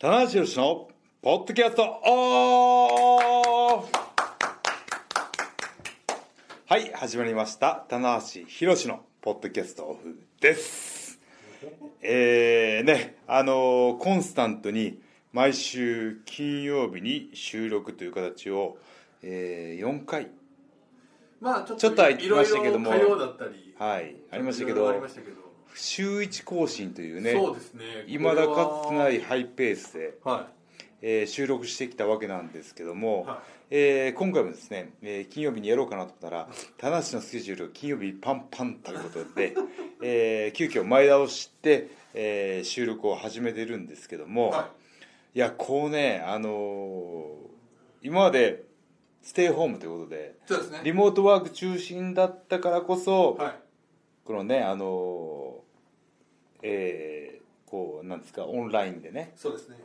棚橋宏のポッドキャストオフはい始まりました棚橋宏のポッドキャストオフですえー、ねあのーコンスタントに毎週金曜日に収録という形を、えー、4回まあちょっとちょっと空きましたけどもいろいろ火曜だったりはいありましたけいろいろあどりましたけど週1更新というねそうですね未だかつてないいハイペースではえー収録してきたわけなんですけども、はえー今回もですね、えー金曜日にやろうかなと思ったら田無のスケジュールが金曜日パンパンということで、 えー急遽前倒して、えー収録を始めてるんですけども、いはいい、やこうね、あのー今までステイホームということでそうですねリモートワーク中心だったからこそ、はいこのねあのーえーこうなんですかオンラインでねそうですね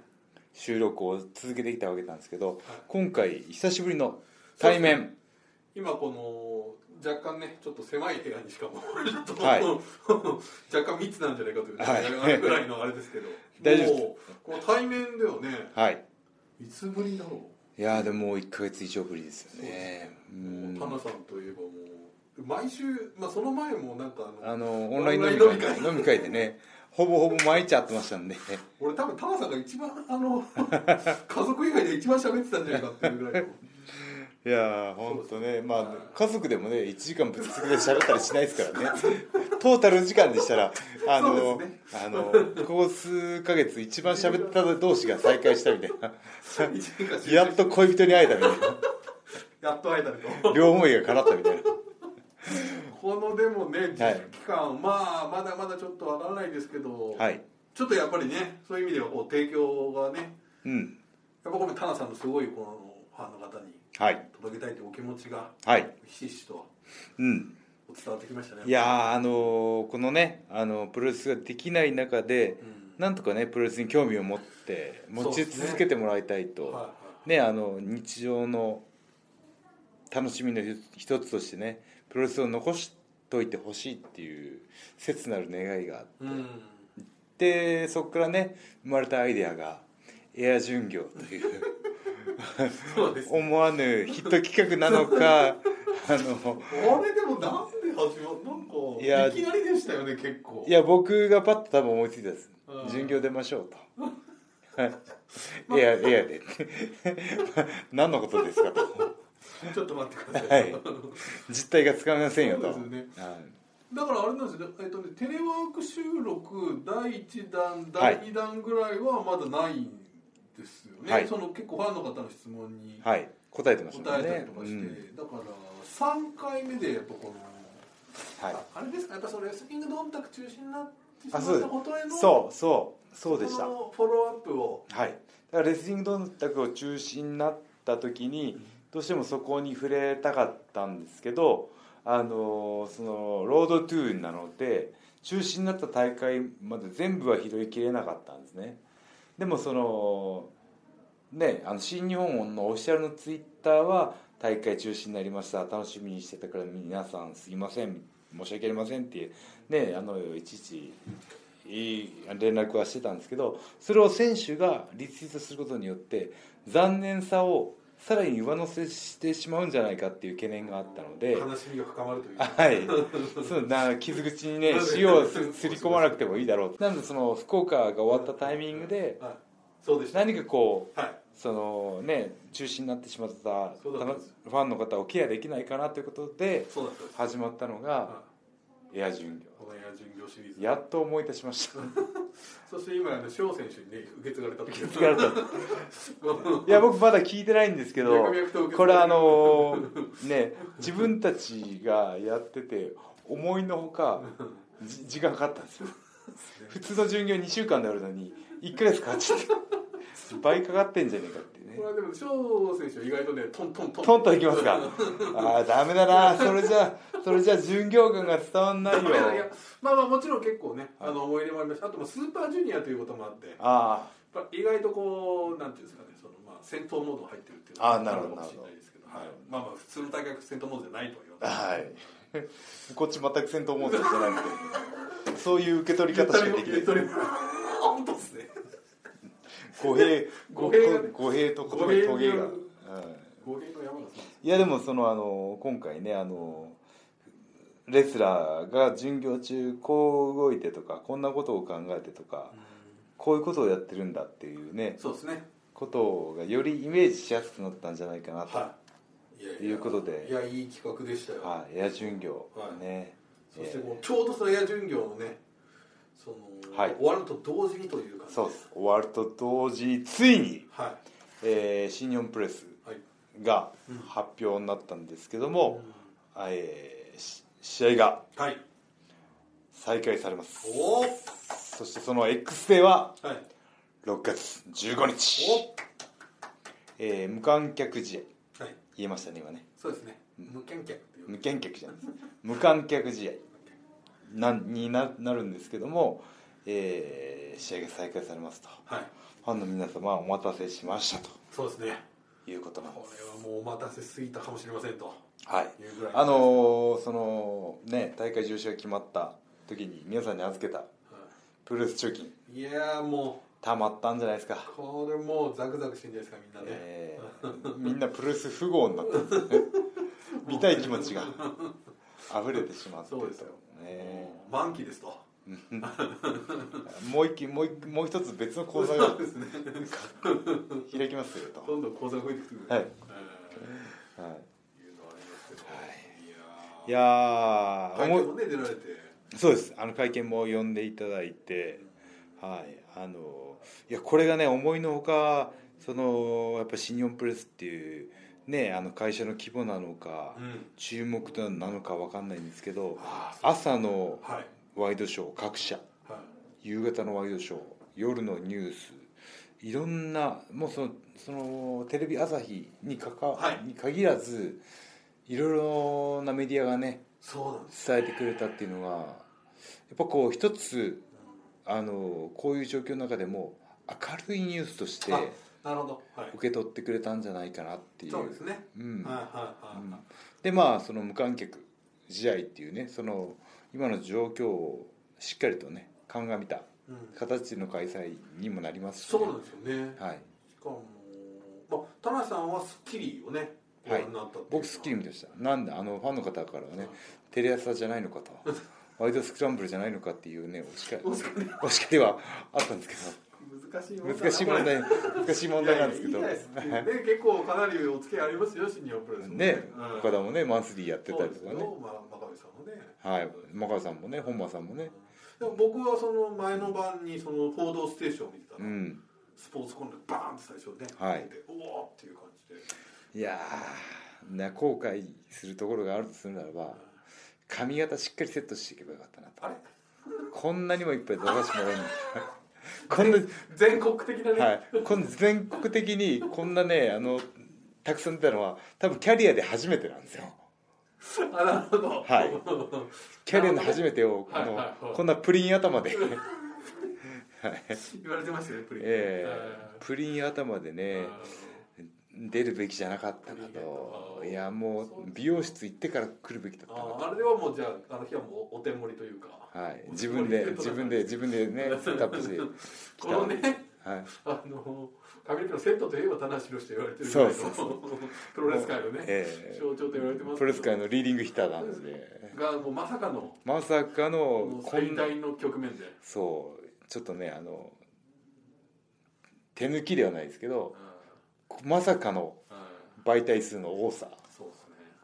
収録を続けてきたわけなんですけど、い今回久しぶりの対面今この若干ねちょっと狭い部屋にしかもちょっと、はい 若干密なんじゃないかという、ねはいあれぐらいのあれですけど 大丈夫ですもうこの対面ではねはいいつぶりだろいやーでももう1か月以上ぶりですよねうう、もうんタナさんといえばもう毎週、まあ、その前もなんかあのあのオンライン飲みオンラ会イン飲みで飲み会でねほぼほぼ毎日会ってましたんで俺多分タナさんが一番あ の家族以外で一番喋ってたんじゃないかっていうぐらいのいやーほんとねまはあ家族でもね1時間ぶつつけて喋ったりしないですからね トータルの時間でしたらあその、うですねあのここ数ヶ月一番喋った同士が再会したみたいな一年間集中してやっと恋人に会えたみたいやっと会えたけどな両思いが叶ったみたいなこのでもね自はい粛期間、まあまだまだちょっとわからないですけど、はいちょっとやっぱりねそういう意味ではこう提供がねうんやっぱこのタナさんのすごいこのファンの方にはい届けたいというお気持ちがはいひしひしとうん、伝わってきましたねいやーあのーこのね、あのプロレスができない中で、うんなんとかねプロレスに興味を持って持そうちですね続けてもらいたいと、はいはねあの日常の楽しみの一一つとしてねプロレスを残しといてほしいっていう切なる願いがあっいうんてそこからね生まれたアイデアがエア巡業という そうですね思わぬヒット企画なのかあのあれでもなんで始まったなんかいやいきなりでしたよね結構いや僕がパッと多分思いついたんですうん巡業出ましょう とはいエアエアで 何のことですかとちょっと待ってください、はい実態がつかめませんよとそうですはだからあれなんですよね,、えっとねテレワーク収録第1弾はい第2弾ぐらいはまだないんですよね、はいその結構ファンの方の質問にい、答はい、答えてましたもえんねたりとかして、うんだから3回目でやっぱこの、はい、あれですかやっぱそのレスリングドンタク中止になってしまあっそうでたすことへのそうそうそうでしそたのフォローアップをはい、だからレスリングドンタクを中心になった時にどうしてもそこに触れたかったんですけどあのーそのロードトゥーなので中止になった大会まで全部は拾いきれなかったんですねでもそのねあの新日本のオフィシャルのツイッターは大会中止になりました楽しみにしてたから皆さんすいません申し訳ありませんっていうねあのいちいちいい連絡はしてたんですけどそれを選手がリツイートすることによって残念さをさらに上乗せしてしまうんじゃないかっていう懸念があったので悲しみが深まるというはい、そんな傷口にね塩をすすり込まなくてもいいだろうなのでその福岡が終わったタイミングではい、そうでした何かこうはいそのね中止になってしまったそうだったんですファンの方をケアできないかなということでそうだったんです、始まったのはがいエア巡業このエア巡業シリーズやっと思い出しましたそして今あの翔選手にね受け継がれたと気づ かれた いや僕まだ聞いてないんですけどこれあのーね自分たちがやってて思いのほかじ時間かかったんですよ普通の巡業2週間でやるのに1ヶ月かかっちゃって倍かかってんじゃねえかっていうねこれはでも翔選手は意外とねトントントントンといきますかああダメだなそれじゃそれじゃ巡業感が伝わんないよいやいやまあまあもちろん結構ねあの思い入れもありましたあともうスーパージュニアということもあってやっあぱ意外とこうなんていうんですかねそのまあ戦闘モード入ってるっていうあーなるほどあかもしれないですけど、なるはほいど、まあまあ普通の大学戦闘モードじゃないとは言わあないはいこっち全く戦闘モードじゃなくてそういう受け取りゆっ方したかりできも ないゆったりも本当ですね語弊語弊がね語弊と語語弊弊がトゲが、うん語弊の山がさいやでもそのあの今回ねあのレスラーが巡業中こう動いてとかこんなことを考えてとかこういうことをやってるんだっていうねそうですねことがよりイメージしやすくなったんじゃないかなと、はいいややいうことでいやいい企画でしたよ、はい、エア巡業、はいねそしてえーこうちょうどそのエア巡業のねその、はい終わると同時にという感じそうです終わると同時についに、はいえー新日本プレスはいがうん発表になったんですけども、えーし試合がはい再開されますおおはいそしてその X デーは6月15日お、えー無観客試合はい言えましたね今ねそうですね無観客っていう無観客じゃないです無観客試合なんにななるんですけども、えー試合が再開されますとはいファンの皆様お待たせしましたそうですねということなんでこすれはもうお待たせすぎたかもしれませんとはいいうぐらいあのーそのね大会重賞が決まった時に皆さんに預けたはプロレス貯金いいやーもたまったんじゃないですかうこれもうザクザクしてんじゃないですかみんなね、えーみんなプロレス富豪になったんですよね見たい気持ちが溢れてしまってそうですよねもう満期ですともう一機もう一機もう一つ別の講座がそうですね開きますよと、どんどん口座が増えてくるはいえはーいうのはありますけど、い、いいややーー会思い見もね出られてそうですあの会見も呼んでいただいてはいあのいやこれがね思いのほかそのやっぱ新日本プレスっていうねあの会社の規模なのか、うん注目なのかわかんないんですけどあ朝のはいはいワイドショー各社夕方のワイドショー夜のニュースいろんなもうそのそのテレビ朝日にかか、はいに限らずいろいろなメディアがねそうなんです伝えてくれたっていうのがやっぱこう一つあのこういう状況の中でも明るいニュースとしてあなるほどはい受け取ってくれたんじゃないかなっていうそうですねうんはいはいうんはでまあその無観客試合っていうねその今の状況をしっかりとね鑑みたいうん形での開催にもなりますしそうなんですよねはい、しかもまあ田中さんは『スッキリ』をねご覧になったっていうのは僕『スッキリ』見てましたなんであのファンの方からはねは「テレ朝じゃないのか」と 「ワイドスクランブルじゃないのか」っていうねお叱りお叱りお叱りはあったんですけ難しいど難しい問題難しい問題なんですけどいやいやいいじゃないですね結構かなりお付き合いありますよ新日本プロレスもねうん岡田もねマンスリーやってたりとかそうですねよまあ真壁さんもねはい真川さんもね本間さんもねでも僕はその前の晩にその報道ステーションを見てたうら、んスポーツコーナーでバーンって最初ね、はい出ておおっていう感じでいやーな後悔するところがあるとするならば髪型しっかりセットしていけばよかったなとあれこんなにもいっぱい出させてもらえるのこんな 全国的なね、はい、この全国的にこんなねあのたくさん出たのは多分キャリアで初めてなんですよあなるほどはいキャリアのなるほど初めてをこはいのはいはいこんなプリン頭で、 言われてましたよねプリ ン、えあープリン頭でーね出るべきじゃなかったなといやもう美容室行ってから来るべきだったなあーあれではもうじゃああの日はもうお手盛りというかと、はい、自分で自分で自分で ねセットアップしてこのねはいあの髪の毛のセットといえば田無宏と言われてるぐらいのそうそうプロレス界のね、え象徴と言われてまーすプロレス界ののリーディングヒッターなんですねがもうまさかのまさかものうこん最な大の局面で、そうちょっとねあの手抜きではないですけうんどまさかのうん媒体数の多さそう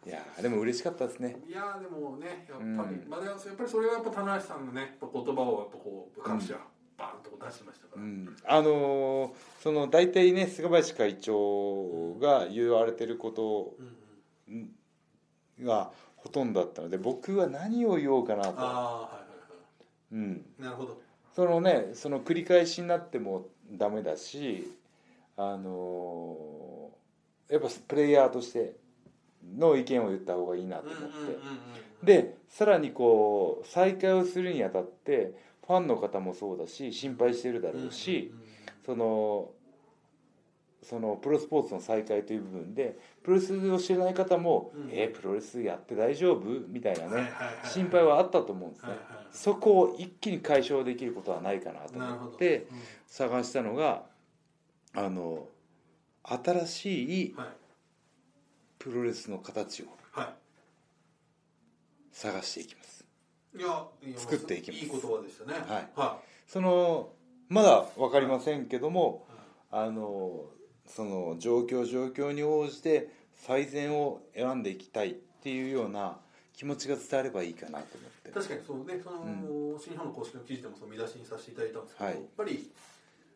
でいすやーでも嬉しかったですねねいやーでもねやっぱり、うんまあ、でもやっぱりそれはやっぱ棚橋さんのねやっぱ言葉をやっぱこう各社バーンとこう出してましたかうら、んあのーその大体ね菅林会長が言われてることうんうんがほとんどだったので僕は何を言おうかなああと、はいはいはうん、いなるほどそのねその繰り返しになってもダメだしあのーやっぱプレイヤーとしての意見を言った方がいいなとう思っんて、うんうんうんでさらにこう再開をするにあたってファンの方もそうだし心配してるだろうし、うんうんうんそのそのプロスポーツの再開という部分でプロレスを知らない方も「うんえープロレスやって大丈夫?」みたいなはいはねいはい心配はあったと思うんですはいねは。いそこを一気に解消できることはないかなとなるほ思っどてうん探したのがあの新しいはいプロレスの形をは探していきますいいやいや作っていきますいい言葉でしたねはいはそのまだ分かりませんけどもあのその状況状況に応じて最善を選んでいきたいっていうような気持ちが伝わればいいかなと思っいて確かにそうねその、新日本の公式の記事でもその見出しにさせていただいたんですけど、はいやっぱり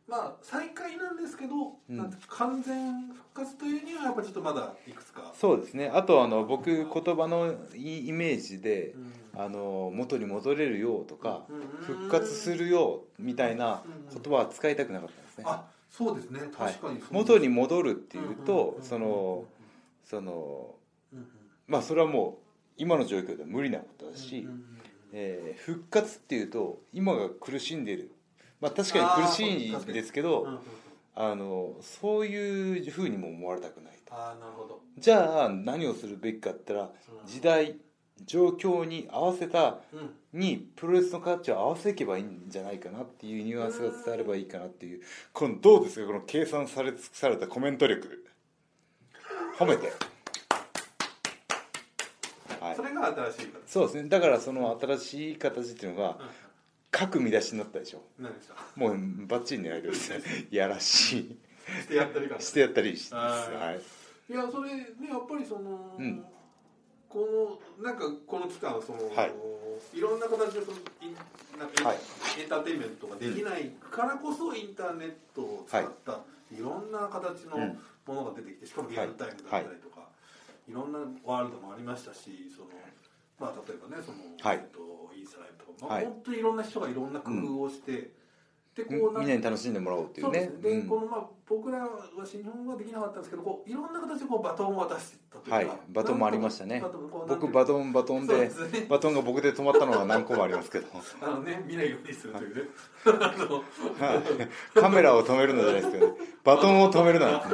まあ再開なんですけど、うんなんて完全復活というにはやっぱちょっとまだいくつか、そうですねあとあの僕言葉のイイメージでうんあの元に戻れるよとかうん復活するよみたいな言葉は使いたくなかったんですね。あそうですね確かはにいそう、元っに戻るっていうとそのそのまあそれはもう今の状況では無理なことだし、えー復活っていうと今が苦しんでる、まあ、確かに苦しいんですけどあのそういうふうにも思われたくないとああなるほどじゃあ何をするべきかって言ったら時代状況に合わせたうんにプロレスの価値を合わせていけばいいんじゃないかなっていうニュアンスが伝わればいいかなっていうこのどうですかこの計算され尽くされたコメント力褒めてはいそれが新しいかそうですねだからその新しい形っていうのがら各見出しになったでしょうん何でしたもうバッチリ狙えるですねいやらししてやったりかいしてやったりしてますははいいやそれねやっぱりその、うんこのなんかこの期間その、、はいろんな形でそのいなんか、はいエンターテインメントができないからこそインターネットを使った、い、ろんな形のうんものが出てきてしかもリアルタイムだったりとか、いろんなワールドもありましたしその、まあ、例えばねその、はいえっと、インスタライブとか、まあはい本当にいろんな人がいろんな工夫をして、でこうなんみんなに楽しんでもらおうっていそううでねすね。で、うんこのまあ僕らは新日本語はできなかったんですけど、こういろんな形でこうバトンを渡していったというか、はいバトンもありましたねなんとかこう僕バントンバトンでそうですねバトンが僕で止まったのが何個もありますけどあのね見ないようにするというね。あのはいカメラを止めるのじゃないですけ どねバトンを止めるなんて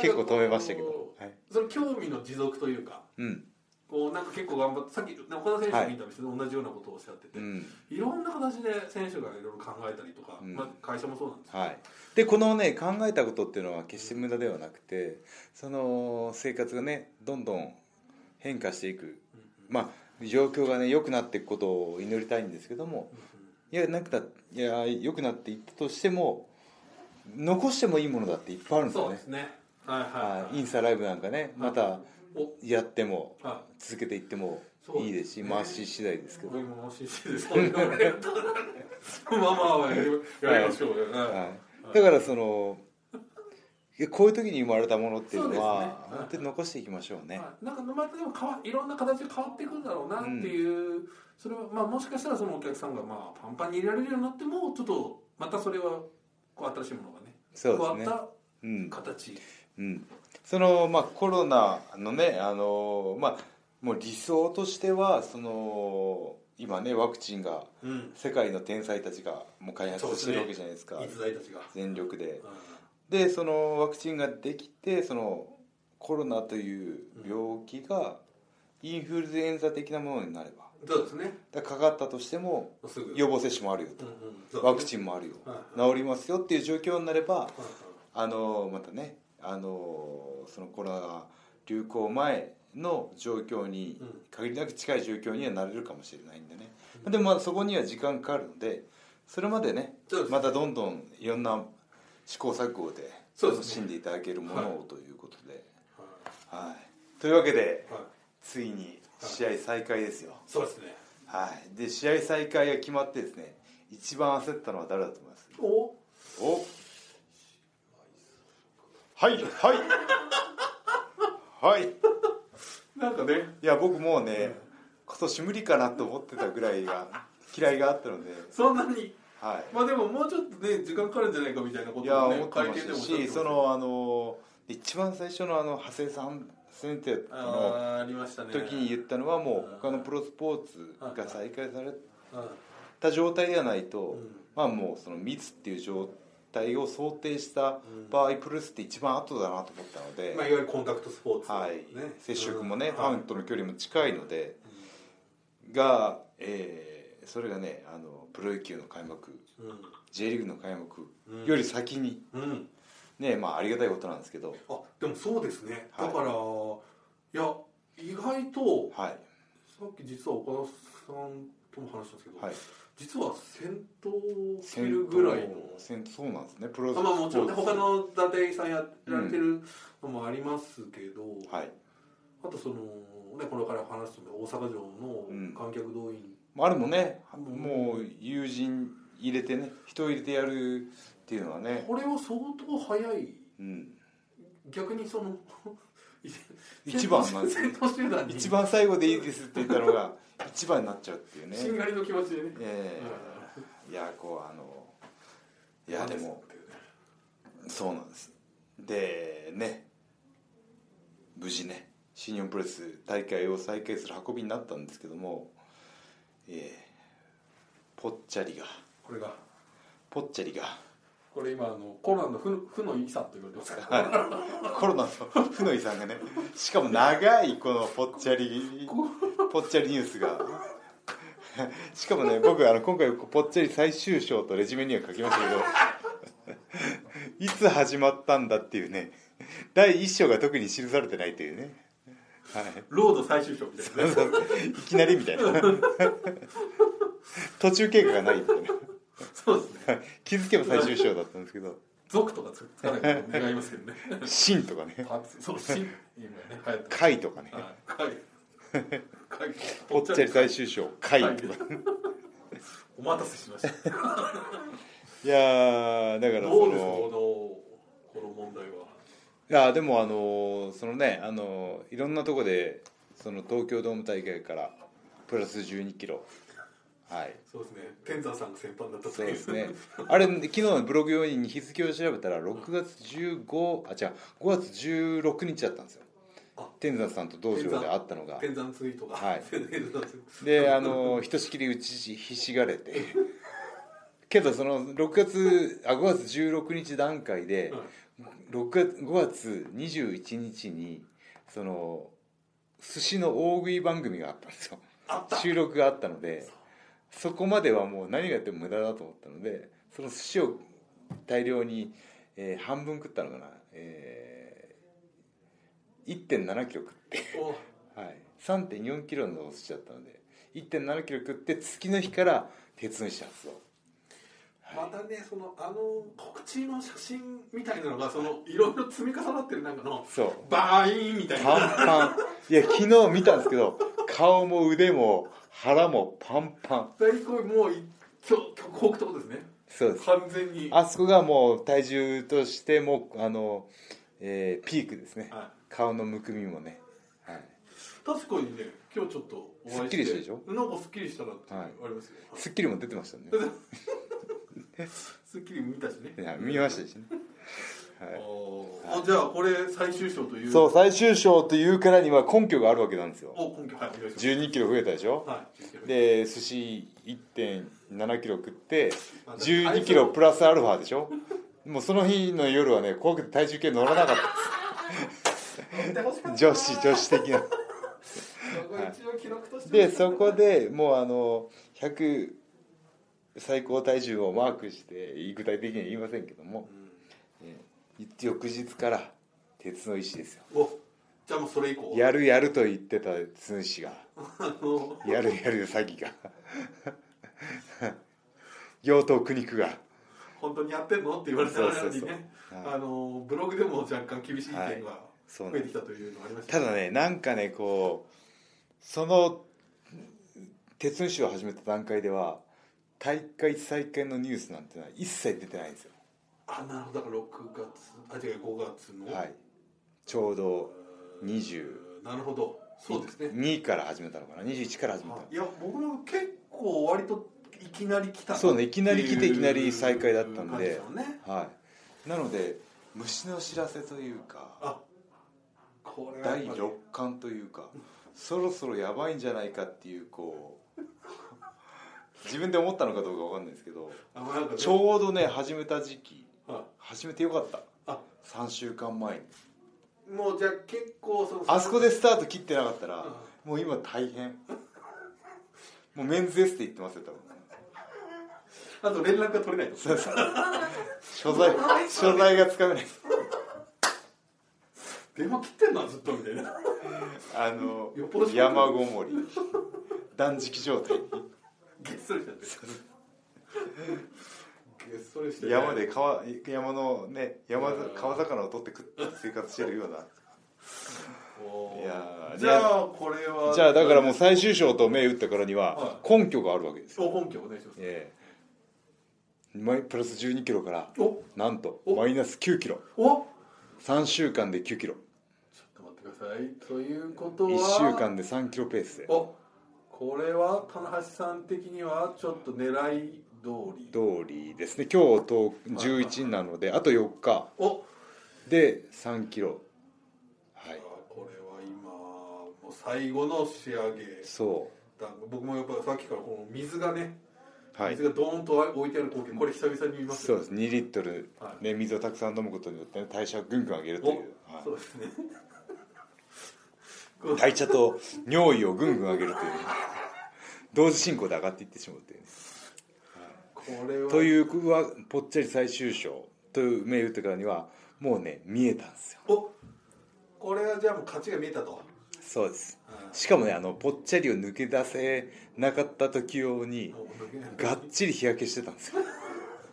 結構止めましたけ。なんかどこ、はいうその興味の持続というか、うんこうなんか結構頑張ってさっき岡田選手のインタビューして同じようなことをおっしゃってて、うい、んろんな形で選手がいろいろ考えたりとか、うんまあ会社もそうなんですけど、はい、でこのね考えたことっていうのは決して無駄ではなくてその生活がねどんどん変化していくうんうんまあ状況がね良くなっていくことを祈りたいんですけどもいやなくないや良くなっていったとしても残してもいいものだっていっぱいあるんですよそうでねすね。はいはい、ははいい、インスタライブなんかねまたおやってもはい続けていってもそういいですしね回し次第ですけど、僕も欲しいです。そんなことやったらまあまあやりやりましょうよ。ははい、だからそのいやこういう時に生まれたものっていうのはそうですね本当に残していきましょういね。なんかまたでも変わいろんな形で変わっていくんだろうなっていう、それはまあもしかしたらそのお客さんがまあパンパンに入れられるようになってもちょっとまたそれはこう新しいものがねそうですね加わっうんた形、うん、そのまあコロナのねあのまあもう理想としてはその今ねワクチンがうん、世界の天才たちがもう開発してるわけじゃないですか逸材たちが、全力でうんでそのワクチンができてそのコロナという病気がインフルエンザ的なものになればそうですねだからかかったとしてもすぐ予防接種もあるようんうんそうですねワクチンもあるよはい治りますよっていう状況になればはいあのまたねあのそのコロナ流行前の状況にうん限りなく近い状況にはなれるかもしれないんでねうんでもまあそこには時間かかるのでそれまでねそうですまたどんどんいろんな試行錯誤でそうです楽しんねでいただけるものをということで、ははい、というわけでいはいついに試合再開ですよ。そうですねはい、で試合再開が決まってですね一番焦ったのは誰だと思いますおおはいはいはいいなんかねや僕もうね今年無理かなと思ってたぐらいが嫌いがあったのでそんなにはまあでももうちょっとね時間かかるんじゃないかみたいないこいとやを、ね、思ってましたおっゃってましたそのあの一番最初のあの長谷さん先生のあーありましたね時に言ったのはもううん他のプロスポーツが再開されうんた状態ではないと、うんまあもうその密っていう状態を想定した場合、プロレスって一番後だなと思ったので、まあ、いわゆるコンタクトスポーツ、はい接触もね、うんファンとの距離も近いので、が、えーそれがねあのプロ野球の開幕うん J リーグの開幕うんより先に、うんねまあ、ありがたいことなんですけど、あでもそうですね、はいだからいや意外とはいさっき実は岡田さんとも話したんですけど、はい、実は先頭を切るぐらいの戦闘そうなんですねプロあまあもちろんねスポーツ他の伊達さんやられてるのもありますけど、はい、あとその、ね、これから話すと大阪城うんの観客動員、まああれもねうんもう友人入れてね人入れてやるっていうのはね、これは相当早いうん、逆にその一番なんですよ先頭集団に一番最後でいいですって言ったのが一番になっちゃうっていうねしんがりの気持ちでね、えうえんいやこうあのいやでもそうなんですでね無事ね新日本プロレス大会を再開する運びになったんですけども、ええぽっちゃりがこれがぽっちゃりがこれ今あのコロナの負負の遺産と言われてますからコロナの負の遺産がねしかも長いこのぽっちゃりぽっちゃりニュースがしかもね僕あの今回ぽっちゃり最終章とレジュメには書きましたけどいつ始まったんだっていうね第一章が特に記されてないというね、はい、ロード最終章みたいなねいきなりみたいな途中経過がないみたいなそうですね気づけば最終章だったんですけど「族」とかつかないから願いますけどね「真」とかねあそう「し」今ね流行「って貝」とかねますはいはい「ぽっちゃり最終章貝」とかお待たせしましたいやーだからどそうですのかこのこの問題はいやでもあのそのねあのいろんなとこでその東京ドーム大会からプラス1 2キロはいそうですね天山さんが先般だったそういです ねあれ昨日のブログ用に日付を調べたら6月15あ違う5月16日だったんですよあ天山さんと道場で会ったのが天山ツイートが はい天山ツイートであのひとしきり打ちひしがれてけどその6月あ5月16日段階で、はい6月5月21日にその寿司の大食い番組があったんですよあった収録があったのでそこまではもう何がやっても無駄だと思ったのでその寿司を大量に、えー半分食ったのかな、えー、1 7キロ食っておはい、3.4キロのお寿司だったので1.7キロ食って月の日から鉄の石発動またねそのあの告知の写真みたいなのがそのいろいろ積み重なってる中のそうバーインみたいなパンパンいや昨日見たんですけど顔も腕も腹もパンパン大根もう極北ってことですねそうです完全にあそこがもう体重としてもあの、えーピークですねは顔のむくみもね、はい、い確かにね今日ちょっとお会いしてすっきりしたでしょなんかすっきりしたなってはいありますよ、 『スッキリ』も出てましたねすっきり見たしねいや見ましたしね、はいおーあじゃあこれ最終章というそう最終章というからには根拠があるわけなんですよお根拠はいお願いし1 2キロ増えたでしょますはいで寿司1.7キロ食ってあ1 2キロプラスアルファでしょもうその日の夜はね怖くて体重計乗らなかっ見てほしかったた女子女子的なこれ一応記録としてでそこでもうあの100最高体重をマークして具体的には言いませんけども、えー翌日から鉄の石ですよおじゃあもうそれ以降やるやると言ってた鉄の石があのやるやる詐欺が 妖刀苦肉が本当にやってんのって言われたらそうそうそうねはいあのブログでも若干厳しい意見はいがそうなん増えですてきたというのがありましたただねなんかねこうその鉄の石を始めた段階では大会再開のニュースなんてのは一切出てないんですよあなるほどだから6月あ違う5月の、はいちょうど22えーなるほどそうですねから始めたのかな21から始めたのいや僕も結構割といきなり来たなそうねいきなり来てっういきなり再開だったんで感じすよねはいなので虫の知らせというかあこれはやっ第ぱり6巻というかそろそろやばいんじゃないかっていうこう自分で思ったのかどうかわかんないですけどあなんかねちょうどね始めた時期あ始めてよかったあ3週間前にもうじゃあ結構そのあそこでスタート切ってなかったらうもう 今大変もうメンズエステ行ってますよ多分あと連絡が取れないとそうそう所在所在がつかめない電話切ってんなずっとみたい なあのよっぽど山ごも り断食状態げっそりしちゃってげっそりして、山で川山のね山川魚を取って食って生活してるようなおーいやーじゃあこれはじゃあだからもう最終章と銘打ったからにはは根拠があるわけですよ、標本拠お願いしますええマイプラス1 2キロからおなんとおマイナス9キロお3週間で9キロちょっと待ってくださいということは1週間で3キロペースでおこれは棚橋さん的にはちょっと狙い通り通りですね今日と11なのであと4日おで3キロはいこれは今もう最後の仕上げそだ僕もやっぱさっきからこの水がね、うはい水がドーンと置いてある光景これ久々に見ますそようです2リットル、はいね、水をたくさん飲むことによって、ね、代謝をぐんぐん上げるという、おはいそうですねこう代謝と尿意をぐんぐん上げるという ね同時進行で上がっていってしまうというねこれはというはぽっちゃり最終章という銘打ってからにはもうね見えたんですよおこれはじゃあもう勝ちが見えたとそうですうんしかもねあのぽっちゃりを抜け出せなかった時用にもう抜けないがっちり日焼けしてたんですよ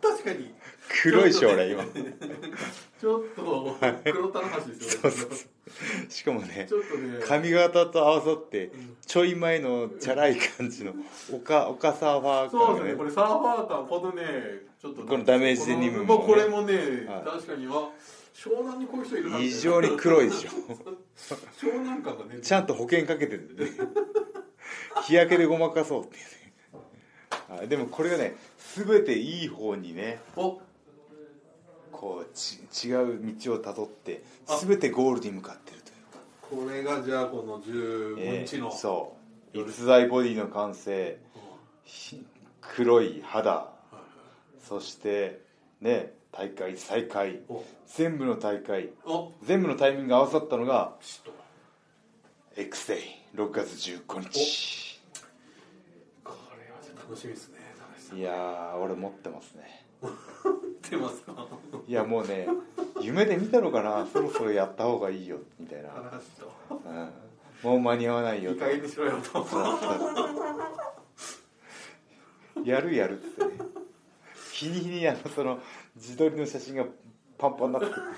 確かに黒い将来今ちょっと黒田の橋ですよそねうそうそうしかもねちょっとね髪型と合わさってちょい前のチャラい感じのおかおかサーファーそ感うがですね、ねこれサーファー感、このね、ちょっと、このダメージデニムもねも、うこれもね、はい確かに、あ湘南にこういう人いるな異常に黒いでしょ湘南感がね、ちゃんと保険かけてる んでね日焼けでごまかそうっていうねはいでもこれがね全ていい方にねおこうち違う道をたどって全てゴールに向かってるというかこれがじゃあ、このえ15え日の、そう逸材ボディの完成ひ黒い肌そしてね大会再開お全部の大会お全部のタイミングが合わさったのがピシッと、 X デイ6月15日これはちょっと楽しみですね、田中さんいやー俺持ってますね知ってますか、いやもうね夢で見たのかなそろそろやった方がいいよみたいな、田中と、うんもう間に合わないよいい加減にしろよと、やるやるってね日に日にあのその自撮りの写真がパンパンになってく確か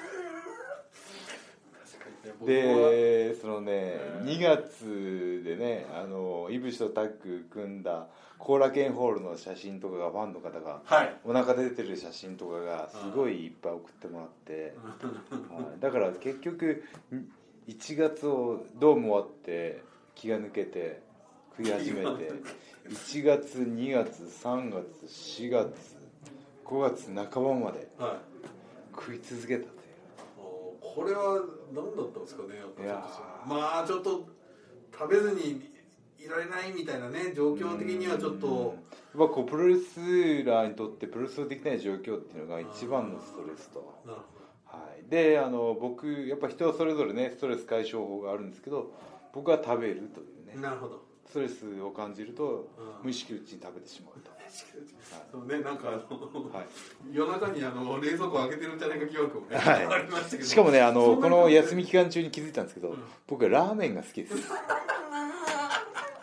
にね、僕は、るでそのねえー2月でねあのイブシとタッグ組んだ後楽園ホールの写真とかがファンの方がはい、お腹出てる写真とかがすごいいっぱい送ってもらって、はいだから結局1月をドーム終わって気が抜けて食い始めて1月2月3月4月5月半ばまではい。食い続けたというこれは何だったんですかねやっぱちょいやーっとそのまあちょっと食べずにいられないみたいなね状況的にはちょっとやっぱこうプロレスラーにとってプロレスをできない状況っていうのが一番のストレスと。なるはい、であの僕やっぱ人はそれぞれねストレス解消法があるんですけど僕は食べるというねほどなるほどストレスを感じるとうん無意識のうちに食べてしまうと、そうねなんかあのはい夜中にあの冷蔵庫開けてるんじゃないか疑惑もね、はいありましたけどしかもねあのそんこなのに休み期間中に気づいたんですけど、僕はラーメンが好きです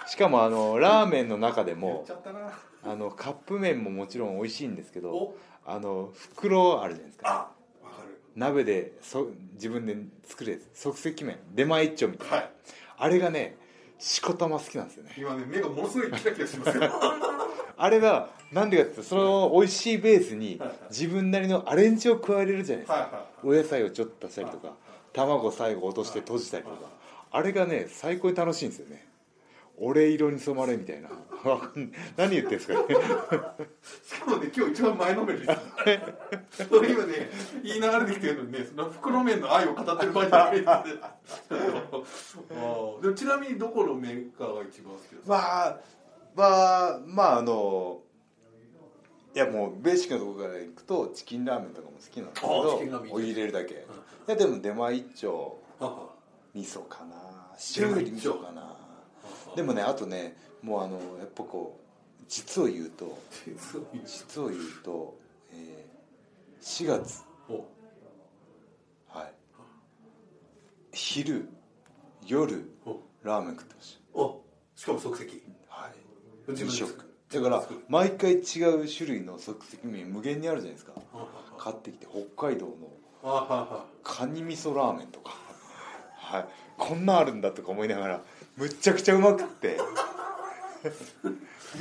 しかもあのラーメンの中で言っもちゃったなあのカップ麺ももちろん美味しいんですけどおあの袋あるじゃないですあかわかる鍋でそ自分で作るやつ即席麺出前一丁みたいな、はいあれがねしこたま好きなんですよね今ね目がものすごいキラキラして ますよあれがなんでかっていうとその美味しいベースにはいはい自分なりのアレンジを加えれるじゃないですはいかはお野菜をちょっと足したりとか卵最後落として閉じたりとかあれがね最高に楽しいんですよね俺色に染まれみたいなわかんない何言ってんすかねいしかもね今日一番前のめりですそれ今ね言いながらできてるのにねその袋麺の愛を語ってる場合じゃないですああでもちなみにどこのメーカーが一番好きですかまあまあまああのいやもうベーシックなところから行くとチキンラーメンとかも好きなんですけあチキンラどーメンお湯入れるだけいやでも出前一丁ああ味噌かな白い味噌かなでもねあとねもうあのやっぱこう実を言うと実を言う実を言うと、えー4月おはい昼夜おラーメン食ってましおしかも即席たはい自分2で作る食だから毎回違う種類の即席麺無限にあるじゃないですかあは買ってきて北海道のあはあはカニ味噌ラーメンとか はいこんなんあるんだとか思いながらむっちゃくちゃうまくって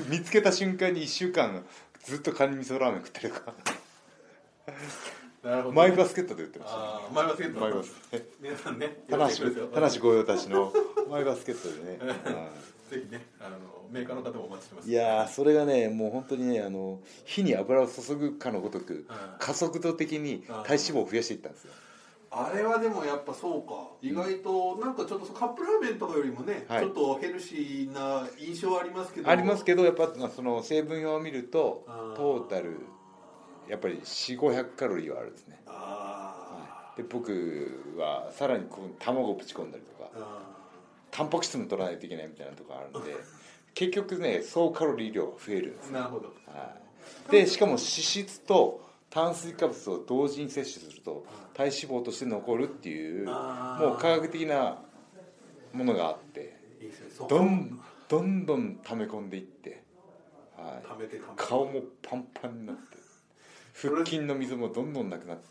見つけた瞬間に1週間ずっとカニ味噌ラーメン食ってるからあなるほどマね、イバスケットで売ってましたああマイバスケットマイバスケット皆さんね田よろ梨しくですよ田梨御用達のマイバスケットでね、 うぜひねあのメーカーの方もお待ちしてまんすいやーそれがねもう本当にねあの火に油を注ぐかのごとくうん加速度的に体脂肪を増やしていったんですよあれはでもやっぱそうか意外となんかちょっとカップラーメンとかよりもね、はいちょっとヘルシーな印象はありますけどありますけどやっぱその成分表を見るとあートータルやっぱり4 5 0 0カロリーはあるんですねあで僕はさらにこう卵をぶち込んだりとかーあタンパク質も取らないといけないみたいなとこあるん で結局ね総カロリー量が増えるんですーなるほどはい、でしかも脂質と炭水化物を同時に摂取すると体脂肪として残るっていうあーもう科学的なものがあっていいですねそどこんどんどん溜め込んでいって、は貯い、めて貯めて顔もパンパンになって腹筋の溝もどんどんなくなって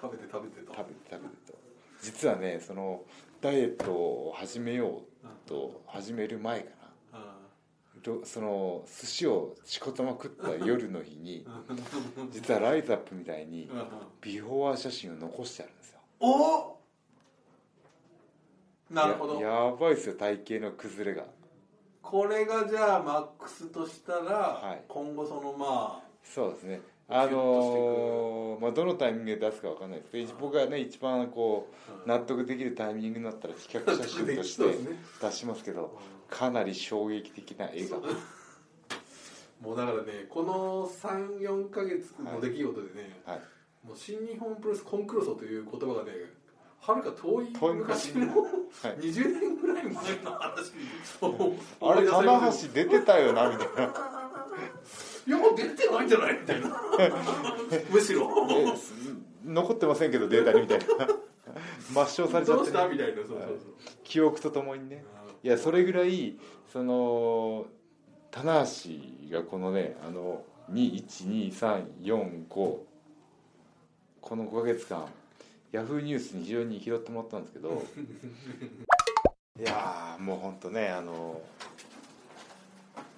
食べて食べてと食べて食べてと実はねそのダイエットを始めようと始める前かなあろその寿司をしこたま食った夜の日にーうん実はライズアップみたいにうんビフォーア写真を残してあるんですよおなるほどややばいですよ体型の崩れがこれがじゃあマックスとしたら、はい今後そのまあそうですねキュッあとしてくるのーまあ、どのタイミングで出すかわかんないですけど一僕がね一番こう納得できるタイミングになったら比較写真として 納得できそうですね出しますけどかなり衝撃的な映画もうだからねこの34か月の出来事でね、はいもう新日本プロレスコンクロソという言葉がねはるか遠い遠い昔昔のはい20年ぐらい前の話あを思いれ出さ棚ます橋出てたよなみたいないやもう出てないんじ ゃないみたいなむしろえす残ってませんけどデータにみたいな抹消されちゃっどうてしたね、みたいなそうそう記憶とともにねそいやそれぐらいその棚橋がこのねあの21234この5ヶ月間ヤフーニュースに非常に拾ってもらったんですけどいやーもうほんとねあの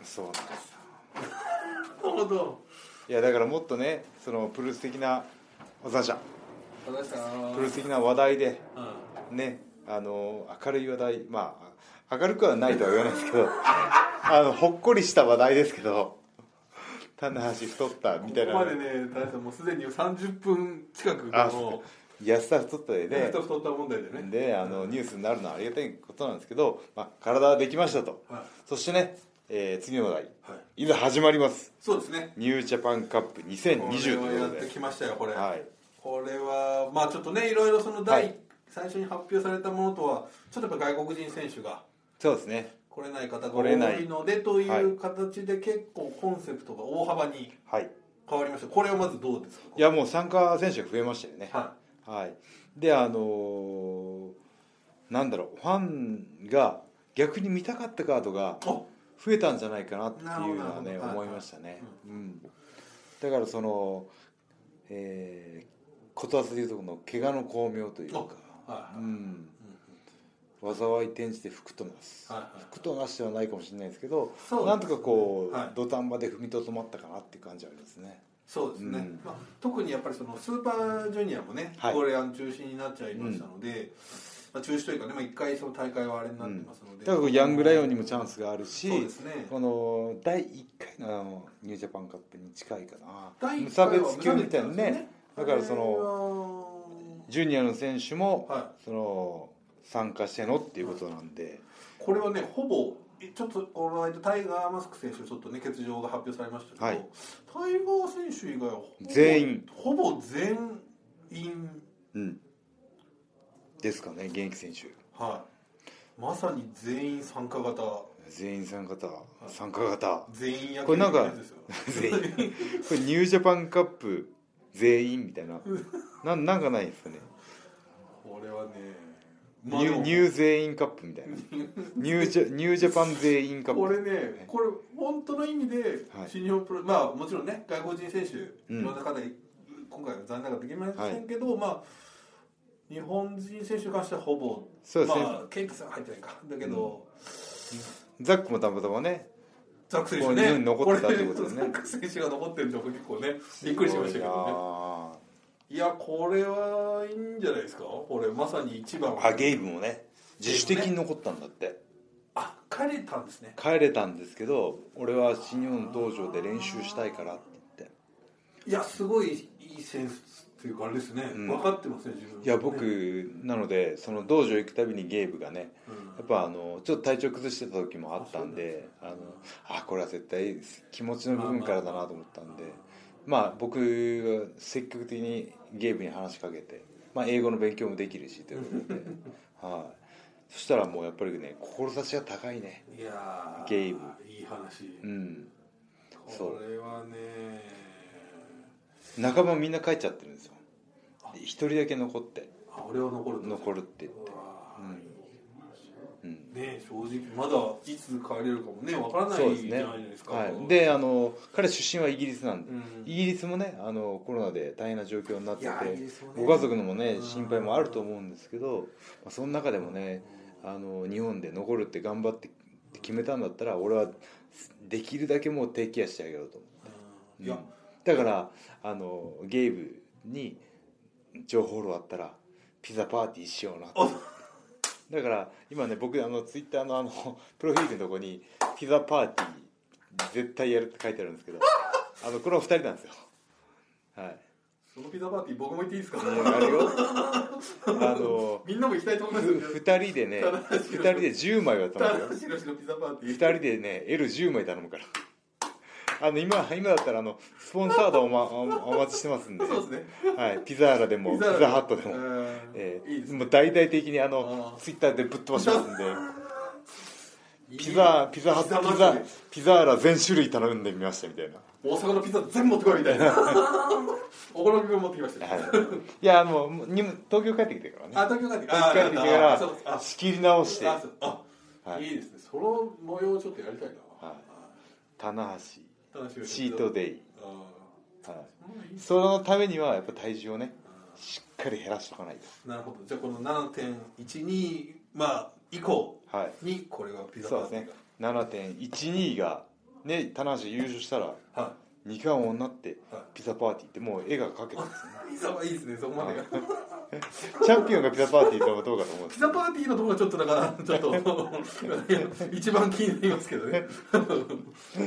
そうなんですようなるほどいやだからもっとねそのプルース的なおさんしゃただしさんプルース的な話題でうんねあの明るい話題まあ明るくはないとは言わないですけど あのほっこりした話題ですけど棚橋太ったみたいなここまでね大さんもうすでに30分近くあこ安田太ったでのねね太太った問題でねであのニュースになるのはありがたいことなんですけど、まあ、体はできましたとはそしてね、えー次の話題い、はい、いざ始まりますそうですねニュージャパンカップこ2020れとはいうこやっとてできましたよこれ、はいこれはまあちょっとねいろいろその第、はい最初に発表されたものとはちょっとやっぱ外国人選手がそうですね来れない方が来れな多いいのでという形で結構コンセプトが大幅にはい変わりましたこれはまずどうですかいやもう参加選手が増えましたよねははい、であのーなんだろうファンが逆に見たかったカードがいお増えたんじゃないかなっていうのはなねるほどなるほど思いましたね、うん、だからそのえーことわざでいうとこの怪我の巧妙というか、あはいはういん、災い転じて福となす、はいはい福となしではないかもしれないですけどそうですねなんとかこう、はい土壇場で踏みとどまったかなっていう感じはありますねそうですね、うんまあ、特にやっぱりそのスーパージュニアもね、はいこれあの中止になっちゃいましたので、まあ、中止というかね、まあ、一回その大会はあれになってますので、だからこうヤングライオンにもチャンスがあるしそうですねこの第1回のあのニュージャパンカップに近いかな第無一差回は別級みたいなねだからそののジュニアの選手も、はその参加してのっていうことなんで、これはねほぼえちょっとこの間タイガー・マスク選手ちょっとね欠場が発表されましたけど、はいタイガー選手以外はほぼ全員ほぼ全員うん、ですかね現役選手はいまさに全員参加型全員参加型参加型 全員やこれなんかですよ全員 これニュージャパンカップ全員みたいななんなんかないですかねこれはねニューニュー全員カップみた いなニュージャニュージャパン全員カップこれねこれ本当の意味ではい新日本プロ、まあもちろんね外国人選手うんいろんな方、今回は残念ながらできませんけど、まあ日本人選手に関してはほぼそうですね、まあケイプさん入ってないかだけど、ザックもたまたまねザック選手ここねに残ってたってことですねこれザック選手が残ってるとこ結構ねびっくりしましたけどねどいやこれはいいんじゃないですかこれまさに一番あゲイブもね自主的に残ったんだってあ帰れたんですね帰れたんですけど俺は新日本道場で練習したいからって言っていやすごいいいセンスっていうかあれですね、うん分かってますね自分いや僕なのでその道場行くたびにゲイブがねやっぱあのちょっと体調崩してた時もあったんであのあこれは絶対気持ちの部分からだなと思ったんでまあ僕が積極的にゲイブに話しかけて、まあ、英語の勉強もできるしということで、はい、そしたらもうやっぱりね志が高いねいやーゲイブいい話、うんそうこれはね仲間みんな帰っちゃってるんですよで一人だけ残ってあ俺は残ると残るって、うわうーん、ね正直まだいつ帰れるかもねわからないじゃそうなでいすじねゃないですかはい、であの彼出身はイギリスなんで、うんイギリスもねあのコロナで大変な状況になっていやーいいてですよねご家族のもねうん心配もあると思うんですけど、まあ、その中でもねあの日本で残るって頑張ってって決めたんだったら俺はできるだけもう低ケアしてあげようと思うう、んいや、うんだからあのゲイブに情報路あったらピザパーティーしようなとだから今ね僕あのツイッターのあのプロフィールのとこに「ピザパーティー絶対やる」って書いてあるんですけどあのこれは2人なんですよはいそのピザパーティー僕も行っていいですかいやあれよあのみんなも行きたいと思いますよ 2人でね2人で10枚は頼むよ田中宏のピザパーティ2ー人でね L10 枚頼むからあの今今だったらあのスポンサードをお,、ま、おお待ちしてますんでそうですねはい、ピザーラでもピザハットでも、うんえーいいですねもう大々的にあのあーツイッターでぶっ飛ばしますん でピいいザピザハッピザトマピジザでピザーラ全種類頼んでみましたみたいな、大阪のピザ全部持ってこいみたいな お好み分持ってきましたよはい、いやもうに東京帰ってきてからあね東京帰ってき東京帰ってきてかあそうらあ仕切り直してあそうあはいいいですねその模様をちょっとやりたいなは棚楽しみ橋ですチートデイ、あはい、ーまあいいっすそのためにはやっぱ体重をねしっかり減らしとかないなるほどじゃあこの7.12まあ以降とはいにこれがピザパそうでーすティーねが7.12がね棚橋優勝したらは二冠王になってはいピザパーティーってもう絵が描けてるんですねいピザはいいですねそこまでがチャンピオンがピザパーティーとはどうかと思うんでピすザパーティーのところはちょっとだからちょっと 一番気になりますけど ね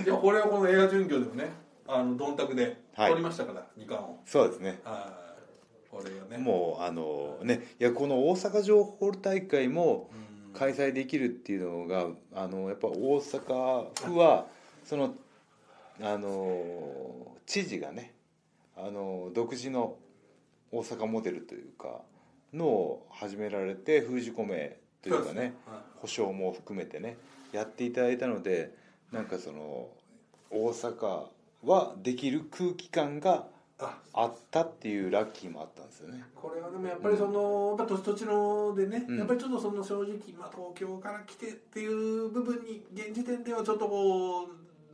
いやこれはこの映画巡業でもねあのどんたくではい取りましたから、二冠をそうですねあーこれがねもうあのねいやこの大阪城ホール大会もうん開催できるっていうのがあのやっぱ大阪府はそのあの知事がねあの独自の大阪モデルというかのを始められて封じ込めといそううでかすねは保証も含めてねやっていただいたのでなんかその大阪はできる空気感がいああったっていうラッキーもあったんですよね。これはでもやっぱりその、やっぱ土地のでね、うんやっぱりちょっとその正直、まあ、東京から来てっていう部分に現時点ではちょっとこう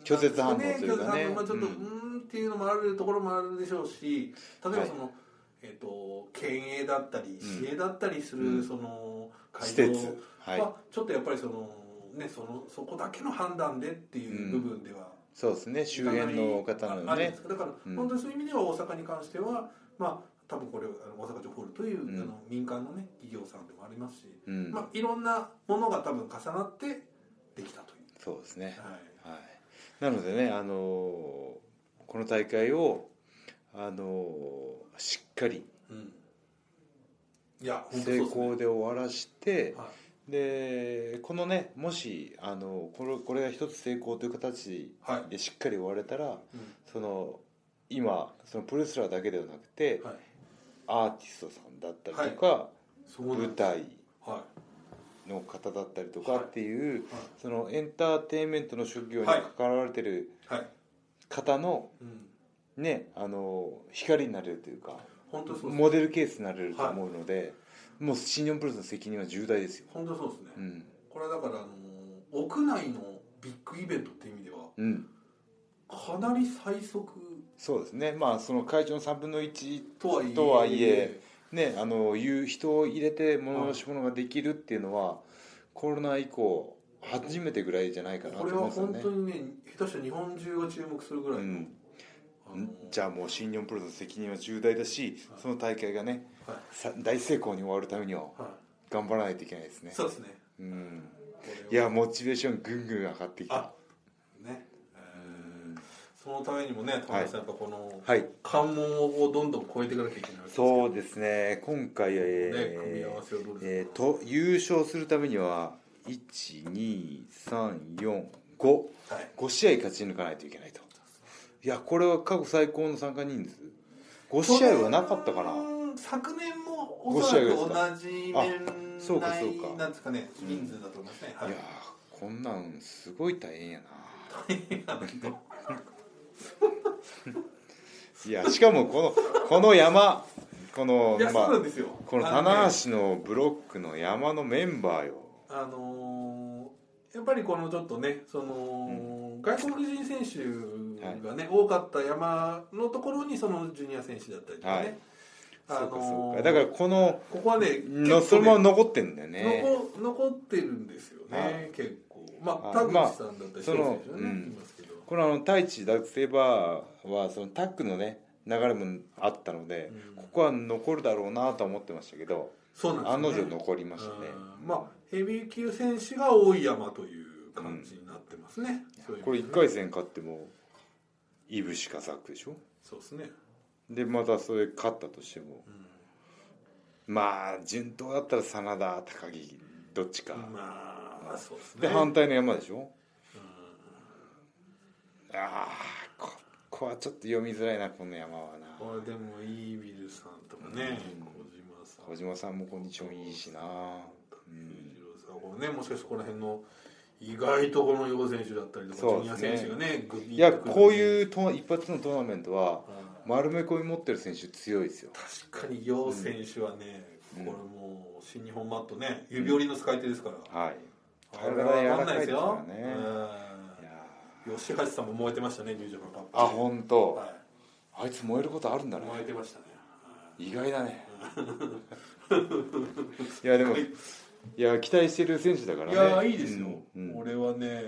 拒絶反応というかね拒絶反応まあちょっとううんーんっていうのもあるところもあるでしょうし例えばはいその、えっと県営だったりうん市営だったりすうるんその施会場設はいはちょっとやっぱりその、ね、そのそこだけの判断でっていう部分では、そうですね周辺の方あのあるんねですけどだから、うん本当にそういう意味では大阪に関してはまあ多分これをあの大阪城ホールという、うんあの民間のね企業さんでもありますし、うんまあいろんなものが多分重なってできたという、そうですねはい、はいなのでねあのーこの大会をあのーしっかりうん、いや本成当そうですね功で終わらしてはいでこのねもしあのこれこれが一つ成功という形はい、でしっかり終われたらうんその今そのプロレスラーだけではなくてはい、アーティストさんだったりとかそうなん舞です台はの方だったりとかはいっていう、はいそのエンターテインメントの職業にはい関わられてるはい、方のうん、ねあの光になれるというか本当そうですモデルケースになれると思うので、もう新日本プロレスの責任は重大ですよ。本当そうですね、うんこれだからあの屋内のビッグイベントっていう意味ではうん、かなり最速そうですね、まあ、その会場の3分の1とはいえとはいえね、あのいう人を入れて物申し物ができるっていうのはコロナ以降初めてぐらいじゃないかなとこ思れうんはですよ本ね当。にね下手したら日本中が注目するぐらいの、うんあのじゃあもう新日本プロレスの責任は重大だしはいその大会がねはいさ大成功に終わるためにはは頑張らないといけないですい、ね。そうですねうん、これはいやモチベーションぐんぐん上がってきたあ。ね、えーそのためにもね田中さんやっぱこのはい関門をどんどん超えていかなきゃいけないわけですからそうですね今回、えねー組み合わせをどうえですーとか、優勝するためには12345はい5試合勝ち抜かないといけないといやこれは過去最高の参加人数5試合はなかったかな去年昨年もおそらく同じ面あそうかそうか内なんですかね人数だと思いますね、はいいやーこんなんすごい大変やな大変やないやしかもこのこの山この いや、まそうなあんですよこのあのね棚橋のブロックの山のメンバーよあのーやっぱりこのちょっとねその、外国人選手がね、多かった山のところにそのジュニア選手だったりとかね、そうかあのそーうかだからこのここはねの結構そねのまま残ってんだよね残残ってるんですよね、はい結構まああ田口さんだったまありそのそうですよね、うんいますけど、このあの太一ダークセイバーはそのタックのね流れもあったので、うんここは残るだろうなと思ってましたけど、そうなんですよ案ねの定残りましたねうんまあヘビー級選手が多い山という感じになってますね、そういう意これ味で1回戦勝ってもイブしかザックでしょそうですね、でまたそれ勝ったとしてもうんまあ順当だったら真田高木どっちか、まあそうですねで反対の山でしょうあんあこここはちょっと読みづらいなこの山はなこれでもイービルさんとかね、うん小島さ小島さんんもコンディションいいしなうん裕次郎さんこれねもしかしてこの辺の意外とこのヨウ選手だったりとか、そうジでュすニアね選手がねグビいッとやくるのでこういうトー一発のトーナメントはうん丸め込み持ってる選手強いですよ確かにヨウ選手はね、うんこれもう新日本マットね指折りの使い手ですから、はいあれ体は柔分からんなかいいですですかよ、らねいやうん吉橋さんも燃えてましたねニュージャパンカップーあ本当はあいつ燃えることあるんだいね燃えてましたね意外だ ねいやでもいや期待してる選手だからねいやーいいですよ、うんうん俺はね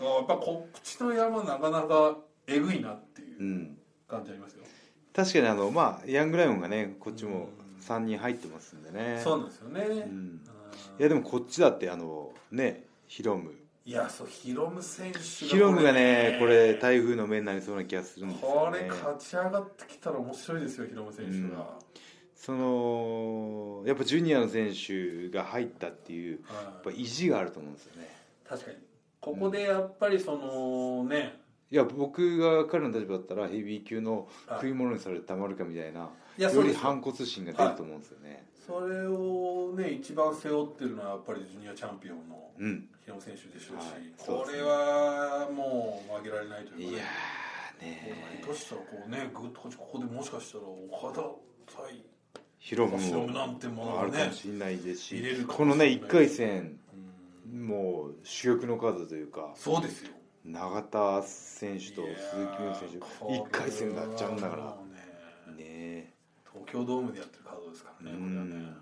あーやっぱこっちの山なかなかえぐいなっていううん感じありますよ、確かにあのまあヤングライオンがねこっちもうん3人入ってますんでねそうなんですよね、んあーいやでもこっちだってあのねヒロムいやそうヒロム選手がヒロムがねこれこ台風の目になりそうな気がするんですよ、ね、れ勝ち上がってきたら面白いですよヒロム選手が、はそのやっぱジュニアの選手が入ったっていうやっぱい意地があると思うんですよね確かにここでやっぱりそのねいや僕が彼の立場だったらヘビー級のはい食い物にされてたまるかみたいないやそようでりすよ反骨心が出ると思うんですよね、それをね一番背負ってるのはやっぱりジュニアチャンピオンのうんヒロム選手でしょうし、はいそうこですねれはもう負けられないといいうか、ねや、ーねこれ下手したらこうねグッとこっちここでもしかしたら岡田対ヒロムヒロムなもんてものあがるかねもしれないですし、入れるかもしこのねれない1回戦うんもう主力の数というかそうですよ永田選手と鈴木美い選や手ー1回戦になっちゃうんだかこられはねね東京ドームでやってるカードですからねこれはうねんこ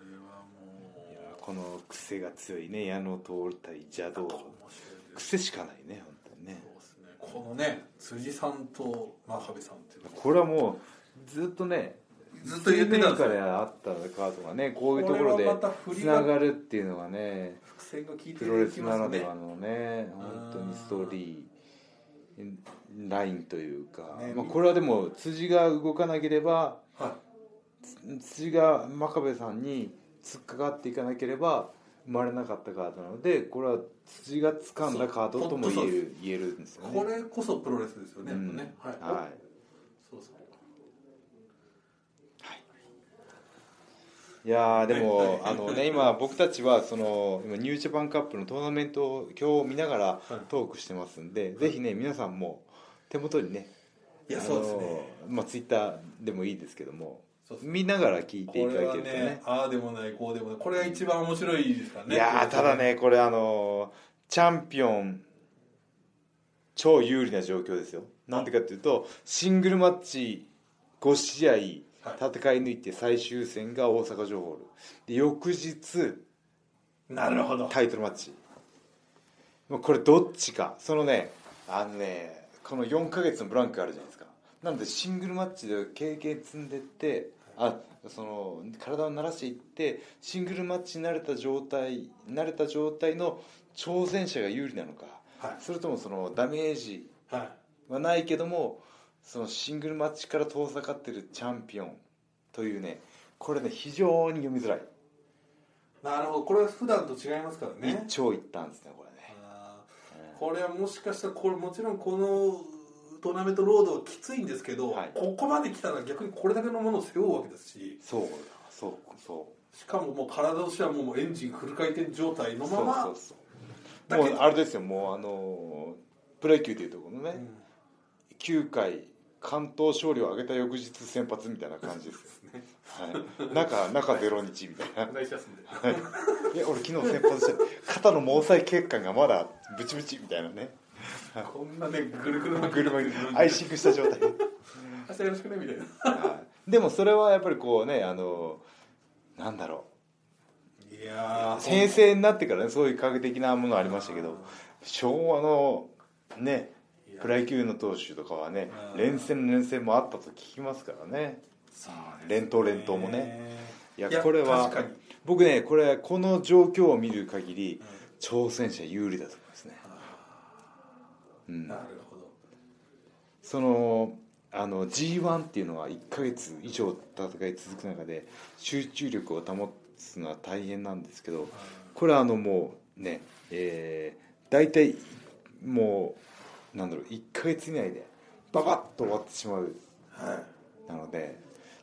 れえいやはもうこの癖が強いね矢野徹対邪道面白いです癖しかないね本当にねそうですねこのね辻さんと真壁さんっていうのはこれはもうずっとねずっと言ってたんで水す面下よであったカードがねこういうところこれではまた振りつがながるっていうのがね伏線が効いてきプロレスまなすらねではのね本当にストーリーラインというか、ねまあ、これはでも辻が動かなければはい辻が真壁さんに突っかかっていかなければ生まれなかったカードなのでこれは辻が掴んだカードとも言える言えるんですよね。これこそプロレスですよね、うんやっぱねはい、はいそうそうはいいやーでもあのね今僕たちはその今ニュージャパンカップのトーナメントを今日見ながらはいトークしてますんで、ぜひね皆さんも手元にねいやあのそうですねまあツイッターでもいいですけどもそうです見ながら聞いこていたれだはけるとねねああでもないこうでもないこれが一番面白いですからねいやーただねこれあのチャンピオン超有利な状況ですよなんでかっていうとシングルマッチ5試合戦い抜いて最終戦が大阪城ホールで翌日なるほどタイトルマッチもうこれどっちかそのねあのねこの4ヶ月のブランクあるじゃないですかなのでシングルマッチで経験積んでってあその体を慣らしていってシングルマッチに慣れた状態慣れた状態の挑戦者が有利なのかはそれともそのダメージいはいはないけどもそのシングルマッチから遠ざかってるチャンピオンというねこれね非常に読みづらいなるほどこれは普段と違いますからね一長一短ですねこれねあうんーこれはもしかしたらこれもちろんこのトーナメントロードはきついんですけど、はいここまで来たら逆にこれだけのものを背負うわけですしそうだそうそしかももう体としてはもうエンジンフル回転状態うのそまうまそうそうだけもどうあれですよもうあのープロ野球というところのね、うん9回関東勝利を挙げた翌日先発みたいな感じですよ、ねはい、中中ゼロ日みたい な大事ですんでえ俺昨日先発して肩の毛細血管がまだブチブチみたいな ねこんなねぐるぐるぐるぐるアイシングした状態、明日よろしくねみたいなはい、でもそれはやっぱりこうねあのーなんだろいやう先生になってからねそういう科学的なものありましたけど昭和のねプロ野球の投手とかはねうん連戦連戦もあったと聞きますからね連投連投もねいやこれは確かに、僕ねこれこの状況を見る限りうん挑戦者有利だと思いますね、う、なんるほどそのあの G1 っていうのは1ヶ月以上戦い続く中で集中力を保つのは大変なんですけどこれはあのもうねえー、大体もうなんだろう1ヶ月以内でババッと終わってしまうはいなので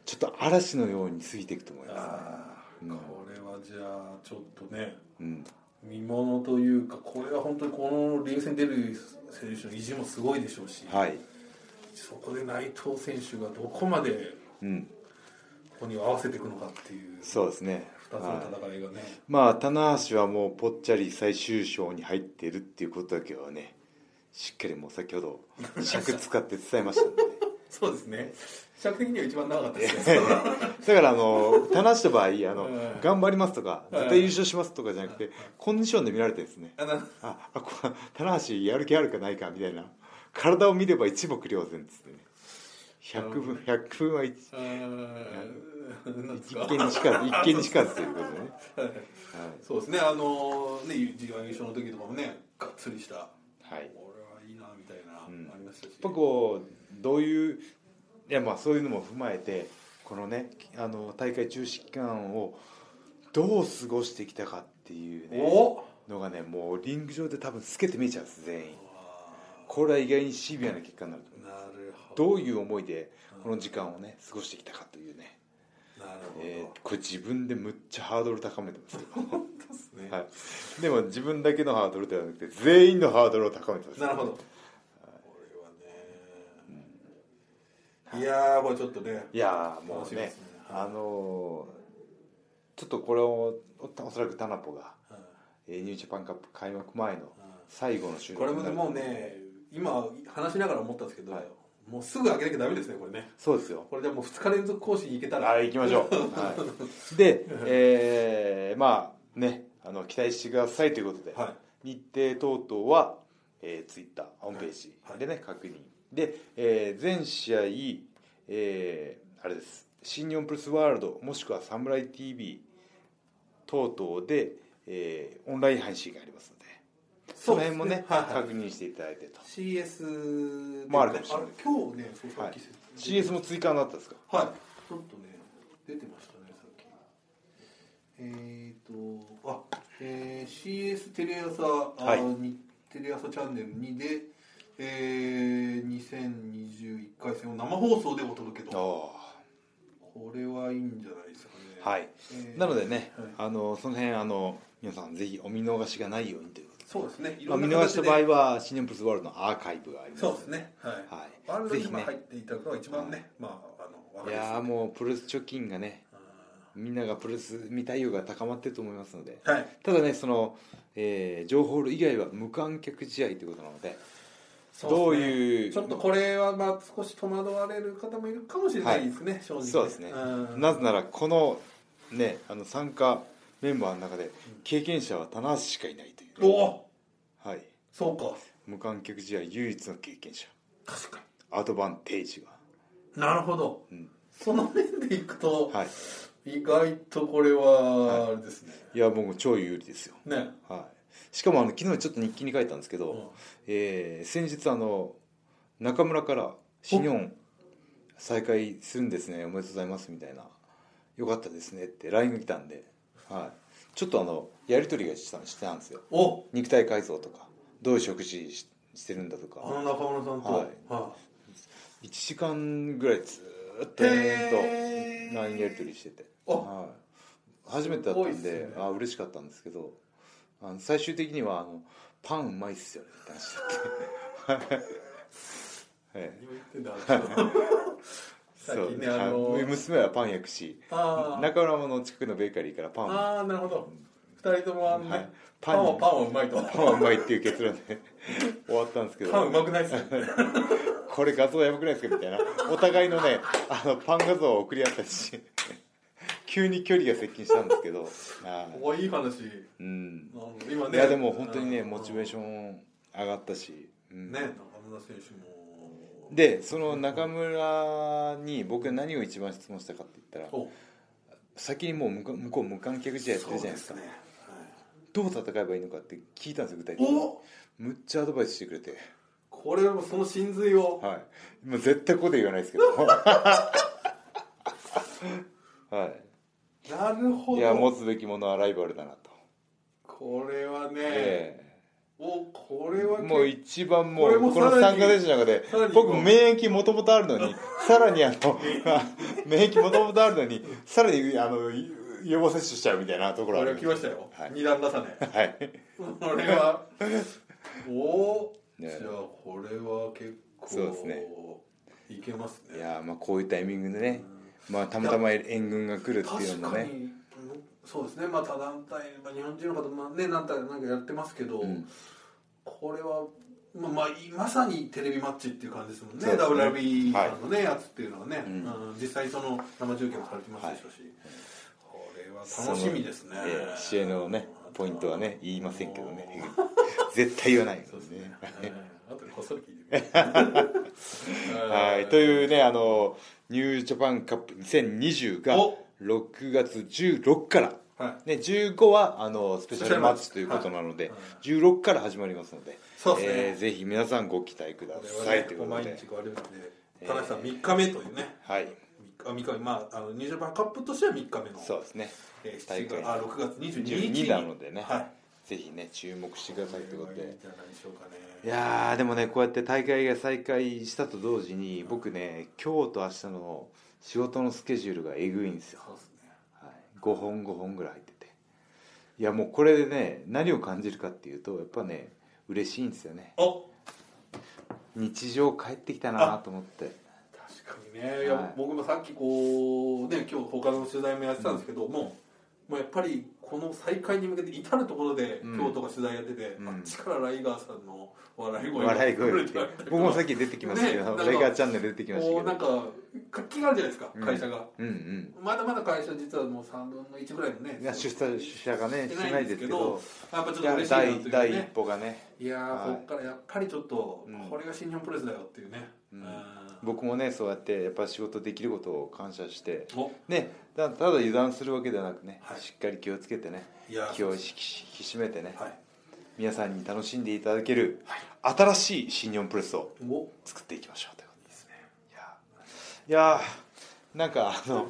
ちょっと嵐のように過ぎていくと思いまあうーんこれはじゃあちょっとねす、うん、見ものというかこれは本当にこのリーグ戦出る選手の意地もすごいでしょうし、はい、そこで内藤選手がどこまでうん、ここに合わせていくのかっていう2そうですねつのはい戦いがね、まあ棚橋はもうぽっちゃり最終章に入っているっていうことだけはねしっかりもう先ほ ど尺使って伝えましたんでねそうですね尺的には一番長かったですねだからあの棚橋の場合あのうん頑張りますとか絶対優勝しますとかじゃなくてコンディションで見られてるんですねあ なああこ棚橋やる気あるかないかみたいな体を見れば一目瞭然っつってね100分100分は一あーなんです一か見にしかず一見にしかずということでね、そうですねあのね G1 優勝の時とかもねがっつりしたはいはい、俺はいいなみたいな、うんありましたやしっぱこうどういういやまあそういうのも踏まえてこのねあの大会中止期間をどう過ごしてきたかっていうねおのがねもうリング上で多分透けて見えちゃうんです全員これは意外にシビアな結果になると思うなるほどどういう思いでこの時間をね過ごしてきたかというね、なるほど、えーこれ自分でむっちゃハードル高めてますけど、ですね、はい、でも自分だけのハードルではなくて全員のハードルを高めてますなるほど、これはね、いやーこれちょっとねいやーも楽うしみでねすねあのーちょっとこれをおおそらくタナポが、はいえーニュージャパンカップ開幕前のうん最後の収こ録れにもなねるもうね今話しながら思ったんですけど、はいもうすぐ上げなきゃダメですねこれねそうですよこれでもう2日連続更新いけたらあ行きまし ょう、はい、で、えーまあねあの期待してくださいということで、は日程等々は、えー、ツイッターホームページはいでね、確認で、えー全試合、えーあれです新日本プロレスワールドもしくはサムライ TV 等々で、えーオンライン配信がありますのでその辺もねそうですはいはい確認していただいてと、 CS もあるかもしれないあ今日ねそうさはっいき、 CS も追加になったんですかはいちょっとね出てましたねさっきえっ、とあえー、CS テレ朝、はいあにテレ朝チャンネル2でえー、2021回戦を生放送でお届けとあこれはいいんじゃないですかねあはい、えーなのでね、はいあのその辺あの皆さんぜひお見逃しがないようにということでそうですねいまあ、ろん見な逃形しでた場合はシネプルスワールドのアーカイブがありますそうですねはい、はいワールドにぜひ今ね入っていただくのが一番ね、まああのわいかりやすいやーもうプロレス貯金がねみんながプロレス見たい欲が高まってると思いますのでうんはいただねその、えー情報以外は無観客試合ということなのでそどうですねいうちょっとこれはまあ少し戸惑われる方もいるかもしれないですね、正直そうですねうんなぜならこのねあの参加メンバーの中で経験者は棚橋しかいないというね、おおはい、そうか無観客試合唯一の経験者確かアドバンテージが、になるほどうんその面でいくと、はい、意外とこれはあれですね、いやもう超有利ですよ、ね、はい、しかもあの昨日ちょっと日記に書いたんですけど、うんえー先日あの中村から「シニョン再開するんですねおめでとうございます」みたいな「よかったですね」って LINE が来たんで、はい、ちょっとあのやり取りがしたしてたんですよお肉体改造とかどういう食事ししてるんだとあかの中村さんと、はいは1時間ぐらいずーっとへ延ー々と LINE やり取りしてて、あはい、初めてだったんすごいっですねあ嬉しかったんですけどあの最終的にはあの「パンうまいっすよね」って話だって。はいい、何を言ってんだあの人最近ねそうあのはい娘はパン焼くしあー中村もの近くのベーカリーからパンをあーなるほど二人ともあのね、はいパンはパンはうまいとパンはうまいっていう結論で 終わったんですけパンうどまくないっすねこれ画像やばくないですかみたいなお互いのねあのパン画像を送り合ったし急に距離が接近したんですけどはいおいい話うんあの今いねやでも本当にねうんモチベーション上がったしうんね中村選手もでその中村に僕が何を一番質問したかって言ったらお先にもう向こう向こう無観客試合やってるじゃないですかそうねどう戦えばいいのかって聞いたんですよ具体的におむっちゃアドバイスしてくれてこれはもうその真髄をはいもう絶対ここで言わないです けどはなるほいいどや持つべきものはライバルだなとこれはね、えおこれはえ結もう一番もこうれもこさらのに参加選手の中でさらに僕免疫もともとあるの にさらにあの 免疫もともとあるのにさらにあの予防接種しちゃうみたいなところこあれるは来ましたよ、はい二段重ねはいこれはおお、ねじゃあこれは結構そうですねいけますねいやまあこういうタイミングでねまあたまたま援軍が来るっていう確のもかねに、そうですねまあ他団体、まあ、日本人の方もね何体なんかやってますけど、んこれはまあ、まあ、まさにテレビマッチっていう感じですもんねそうですね WRB さんのね、やつっていうのはね、んあの実際その生中継もされてましたし、これは楽しみですね、ええ試合のねポイントはね言いませんけどね 絶対言わないそうですねね。あとでこっそり聞いてみ る。はいというねあのニュージャパンカップ2020がお6月16から、はね、15はあのスペシャルマッチということなので、はい16から始まりますのでそうですねえーぜひ皆さんご期待くだい。これさはいねということ毎で日、変わりますねえ。ー田中さん3日目というね。はい、 3日目まああのニュージャパンカップとしては3日目の。そうですねえー7大会月あ6月22日12なのでね、はい。ぜひね注目してくださいということこれはいでいん。じゃないでしょうかね。いやーでもねこうやって大会が再開したと同時に僕ね今日と明日の仕事のスケジュールがえぐいんですよ、そうですね。はい、5本5本ぐらい入ってていやもうこれでね何を感じるかっていうとやっぱね嬉しいんですよねお日常帰ってきたなと思って確かにね。いや、はい僕もさっきこうね今日他の取材もやってたんですけども。もうやっぱりこの再開に向けて至る所でうん京都が取材やってて、うんあっちからライガーさんの笑い声が笑い声っ聞てこえたりとか僕もさっき出てきましたけねなどんかレイガーチャンネル出てきましたこうなんけどか活気があるじゃないですか、うん会社がうんうんまだまだ会社実はもう3分の1ぐらいのねいや出社出社がねししてないなんいでですすけけどどやっぱちょっといや嬉しいな第という第一ね歩がねいやー、はいこっからやっぱりちょっと、うんこれが新日本プロレスだよっていうね、ううんん、僕もねそうやってやっぱ仕事できることを感謝しておね、だただ油断するわけではなくね、はいしっかり気をつけてねいやー気を引き引き締めてね、はい皆さんに楽しんでいただける新しい新日本プロレスをおい作っていきましょうというこいですねとでいやーなんかあの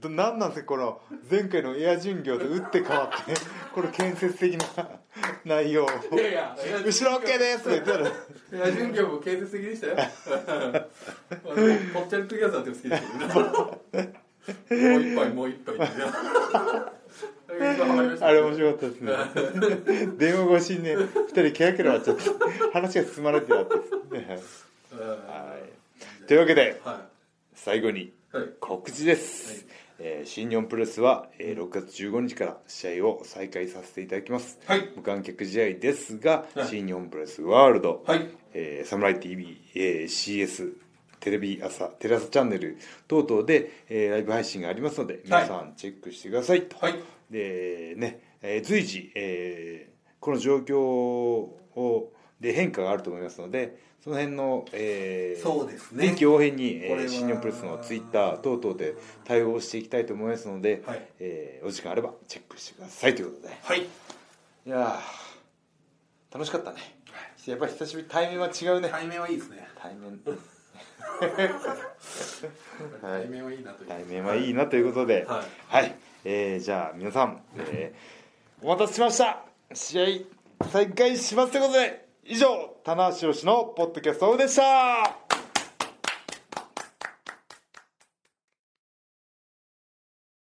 どなんなんですかこの前回のエア巡業と打って変わ ってこの建設的な 内容をいやいやいや後ろ OK ですって言ったらいや準備はもう建設的でしたよあのぽっちゃりトゥギャザーって好きですけどねもう一杯もう一杯って あれ面白かったですね 電話越しにね2人ケラケラ笑っちゃって話が進まれてなかったです、うんはい、というわけでは最後にいはい告知です、はいえー新日本プロレスは、えー6月15日から試合を再開させていただきます、はい無観客試合ですが、はい新日本プロレスワールド、はいえー、サムライ TV、えー CS テレビ朝テレ朝チャンネル等々で、えーライブ配信がありますので皆さんチェックしてくださいと、はいでね、えー随時、えーこの状況をで変化があると思いますのでその辺の、えーそうですね臨機応変に、えこれーは新日本プロレスのツイッター等々で対応していきたいと思いますので、はいえーお時間あればチェックしてくださいということではいいやー楽しかったねやっぱり久しぶり対面は違うね対面はいいですね対面はい対面はいいなという対面はいいなということでははいい、えーじゃあ皆さん、えーお待たせしました試合再開しますということで以上棚橋宏のポッドキャストオフでした